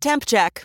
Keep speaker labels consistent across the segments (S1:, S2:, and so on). S1: Temp check.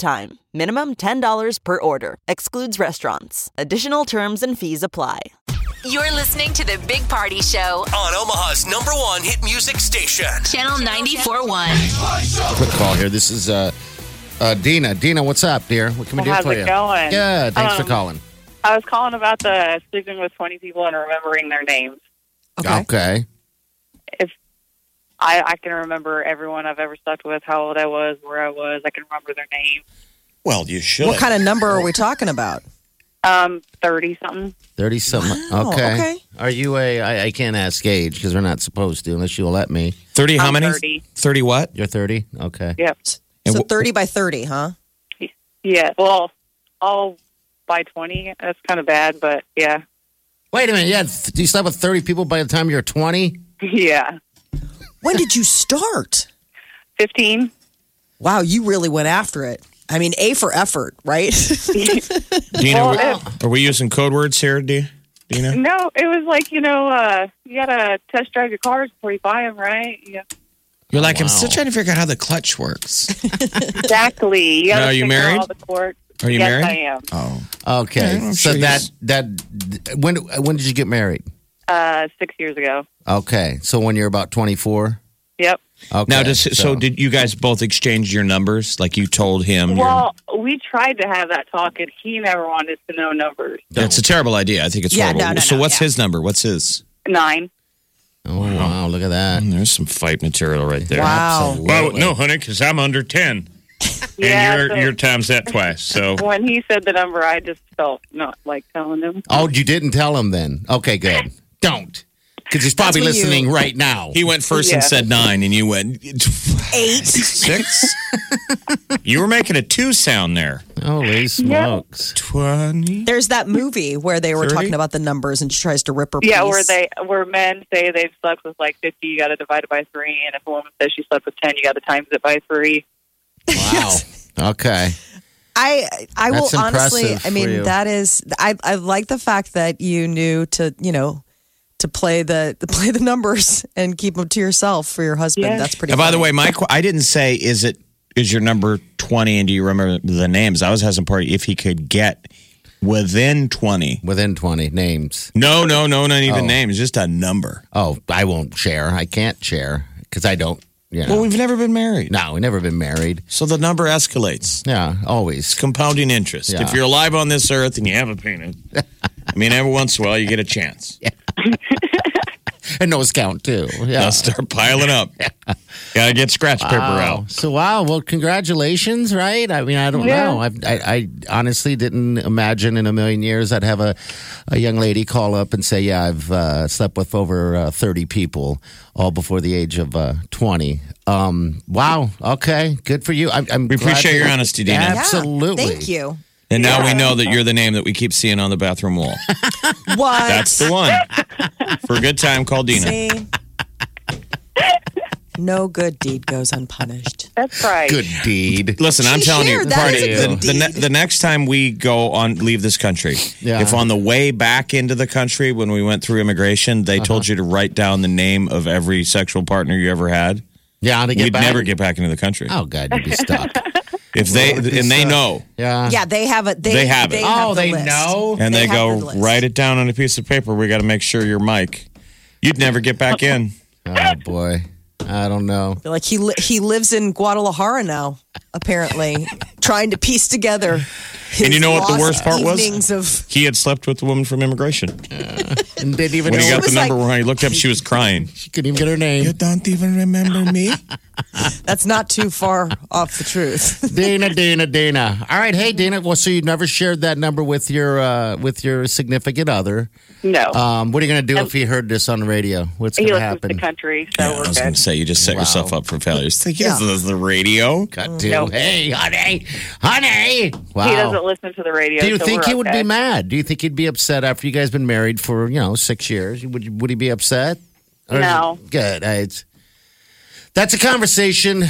S1: time. Minimum $10 per order. Excludes restaurants. Additional terms and fees apply.
S2: You're listening to the Big Party Show,
S3: on Omaha's number one hit music station.
S2: Channel 94.1.
S4: quick call here. This is uh, uh, Dina. Dina, what's up, dear? What can we
S5: Well,
S4: do
S5: how's
S4: for
S5: it
S4: you?
S5: going?
S4: Yeah, thanks for
S5: Um,
S4: calling.
S5: I was calling about the sleeping with 20 people and remembering their names.
S4: Okay.
S5: I, I can remember everyone I've ever slept with, how old I was, where I was. I can remember their name.
S6: Well, you should.
S7: What kind of number are we talking about?
S5: Um, 30 something.
S4: 30 something.
S7: Wow,
S4: okay.
S7: okay.
S4: Are you a, I, I can't ask age because we're not supposed to unless you'll let me.
S6: 30 how
S5: I'm
S6: many?
S5: 30.
S6: 30 what?
S4: You're 30? Okay.
S5: Yep.
S6: And
S7: so
S6: wh-
S7: 30 by 30, huh?
S5: Yeah. Well, all by 20. That's kind of bad, but yeah.
S4: Wait a minute. Yeah. Th- you slept with 30 people by the time you're 20?
S5: Yeah.
S7: When did you start?
S5: 15.
S7: Wow, you really went after it. I mean, A for effort, right?
S6: Dina,
S5: Well,
S6: we- are we using code words here, D- Dina?
S5: No, it was like, you know, uh, you got to test drive your cars before you buy them, right? Yeah.
S6: You're like, I'm
S4: Wow.
S6: still trying to figure out how the clutch works.
S5: Exactly. You gotta
S6: Now, are you
S5: figure out
S6: married?
S5: All the courts.
S6: Are you
S5: yes,
S6: married?
S5: I am.
S6: Oh.
S4: Okay.
S6: Yeah, I'm
S4: so
S6: sure you
S4: that,
S6: s-
S4: that, when, when did you get married?
S5: Uh, six years ago.
S4: Okay. So when you're about 24?
S5: Yep.
S4: Okay.
S6: Now, does, so. did you guys both exchange your numbers? Like you told him? your-
S5: Well, we tried to have that talk, and he never wanted to know numbers.
S6: That's a terrible idea. I think it's
S7: Yeah,
S6: horrible.
S7: no, no,
S6: so
S7: no,
S6: what's
S7: yeah.
S6: his number? What's his?
S5: Nine.
S4: Oh, wow. Look at that.
S6: Mm, There's some fight material right there.
S7: wow.
S8: Well, no, honey, because I'm under 10.
S5: yeah.
S8: and
S5: so
S8: you're, you're times that twice. So
S5: when he said the number, I just felt not like telling him.
S4: Oh, you didn't tell him then? Okay, good. Don't. Because he's probably
S7: That's when you-
S4: listening right now.
S6: He went first and
S5: Yeah.
S6: said nine, and you went
S7: Eight.
S6: six?
S8: you were making a two sound there.
S4: Holy smokes.
S6: 20?
S7: There's that movie where they were
S6: 30?
S7: talking about the numbers and she tries to rip her
S5: Yeah,
S7: piece.
S5: where they where men say they've slept with like fifty, you got to divide it by three, and if a woman says she slept with ten, you got to times it by three.
S4: Wow. okay.
S7: I I
S4: That's
S7: will honestly.
S4: impressive
S7: I
S4: for you.
S7: mean, that is. I I like the fact that you knew to you know to play the to play the numbers and keep them to yourself for your husband.
S5: Yeah.
S7: That's pretty.
S6: Now, by the
S7: funny.
S6: way, Mike, I didn't say is it is your number twenty, and do you remember the names? I was asking party if he could get within twenty.
S4: Within 20 names.
S6: No, no, no, not even
S4: Oh.
S6: names, just a number.
S4: Oh, I won't share. I can't share because I don't, you know.
S6: Well, we've never been married,
S4: no, we've never been married.
S6: so the number escalates.
S4: Yeah, always.
S6: Compounding interest.
S4: Yeah.
S6: If you're alive on this earth and you have a penis, I mean, every once in a while you get a chance.
S4: And nose count, too.
S6: Now
S4: Yeah.
S6: start piling up. Gotta get scratch paper
S4: Wow.
S6: out.
S4: Oh, So, wow. Well, congratulations, right? I mean, I don't
S5: Yeah.
S4: know. I've, I, I honestly didn't imagine in a million years I'd have a, a young lady call up and say, Yeah, I've uh, slept with over uh, 30 people, all before the age of uh, 20. Um, wow. Okay. Good for you. I'm, I'm
S6: We
S4: glad
S6: appreciate
S4: to-
S6: your honesty, Dina.
S7: Yeah.
S4: Absolutely.
S7: Thank you.
S6: And now we know that you're the name that we keep seeing on the bathroom wall.
S7: What?
S6: That's the one. For a good time, call Dina.
S7: See? no good deed goes unpunished.
S5: That's right.
S4: Good deed.
S6: Listen, I'm
S7: She
S6: telling you,
S7: shared. That
S6: party,
S7: is
S4: a
S6: the,
S4: good
S6: the, ne- the next time we go on, leave this country,
S4: Yeah.
S6: if on the way back into the country when we went through immigration,
S4: Uh-huh.
S6: they told you to write down the name of every sexual partner you ever had,
S4: Yeah, to get
S6: we'd
S4: back.
S6: never get back into the country.
S4: Oh God, you'd be stuck.
S6: if they
S4: We'd be
S6: and they
S4: stuck.
S6: know,
S4: Yeah.
S7: Yeah, they have a They,
S6: Uh, They have it.
S4: Oh,
S7: the
S4: they
S7: list.
S4: know.
S6: and they,
S7: They
S6: go
S7: have the list.
S6: write it down on a piece of paper, we got to make sure you're Mike. You'd never get back in.
S4: Oh boy, I don't know.
S7: They're Like he li- he lives in Guadalajara now, apparently, trying to piece together
S6: and you know what the
S7: lost
S6: worst part was?
S7: evenings of-
S6: he had slept with the woman from immigration.
S4: and didn't even
S6: When
S4: know
S6: he got
S7: was
S6: the
S7: like-
S6: number one, he looked up, she was crying.
S4: she couldn't even get her name.
S6: don't even remember me?
S7: That's not too far off the truth.
S4: Dana, Dana, Dana. All right, hey Dana. Well, so you never shared that number with your uh, with your significant other.
S5: No.
S4: Um, what are you gonna do if he heard this on the radio? What's
S5: he
S4: gonna
S5: listens
S4: happen?
S5: to country, so
S6: I
S5: we're
S6: was
S5: good.
S6: going to say, you just set yourself up for failure. It's like,
S7: Yeah.
S6: yes, this is the radio.
S4: Got to.
S5: Mm. No.
S4: Hey, honey, honey. Wow.
S5: He doesn't listen to the radio.
S4: Do you
S5: so
S4: think
S5: we're
S4: he would
S5: okay.
S4: be um, mad? Do you think he'd be upset after you guys been married for you know six years? Would would he be upset? Or is
S5: No.
S4: it- Good. I, it's, that's a conversation,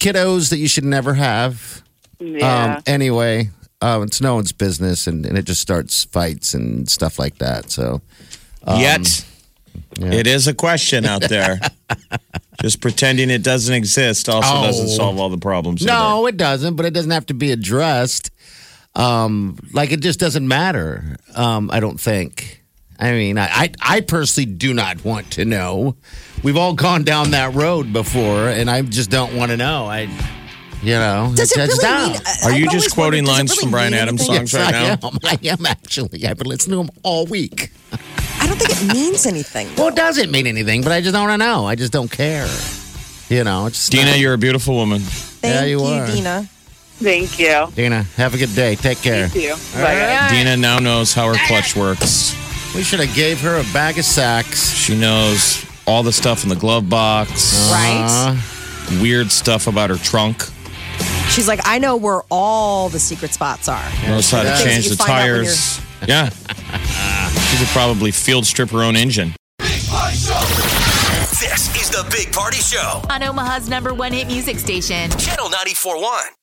S4: kiddos, that you should never have.
S5: Yeah.
S4: Um, anyway, um, it's no one's business, and, and it just starts fights and stuff like that. So
S7: Um,
S6: Yet, it is a question out there. just pretending it doesn't exist also
S4: Oh.
S6: doesn't solve all the problems. either.
S4: no, it doesn't. But it doesn't have to be addressed. Um, like it just doesn't matter. Um, I don't think. I mean, I, I I personally do not want to know. We've all gone down that road before, and I just don't want to know. I, you know,
S7: Does it
S4: it's- it's
S7: really
S4: down.
S7: mean? uh, I-
S6: Are
S7: I've
S6: you just
S7: always
S6: quoting
S7: wondered,
S6: lines
S7: does it
S6: from
S7: really
S6: Brian
S7: mean
S6: Adams
S7: anything?
S6: songs right
S4: I
S6: now?
S4: am. I am actually. I've been listening to them all week.
S7: I don't think it means anything.
S4: Well, it doesn't mean anything, but I just don't want to know. I just don't care. You know, it's just
S6: Dina,
S4: not-
S6: you're a beautiful woman.
S7: Thank
S4: Yeah, you are.
S7: Dina.
S5: Thank you.
S4: Dina, have a good day. Take care.
S5: Thank you. Bye, guys.
S6: Dina now knows how her clutch works.
S4: We should have gave her a bag of sacks.
S6: She knows all the stuff in the glove box,
S7: Right?
S4: Uh,
S6: weird stuff about her trunk,
S7: She's like, I know where all the secret spots are.
S6: knows how to
S4: does.
S6: change
S7: Things
S6: the
S7: you find out when
S6: tires. Yeah. She could probably field strip her own engine.
S3: This is the Big Party Show,
S2: On Omaha's number one hit music station.
S3: Channel 941.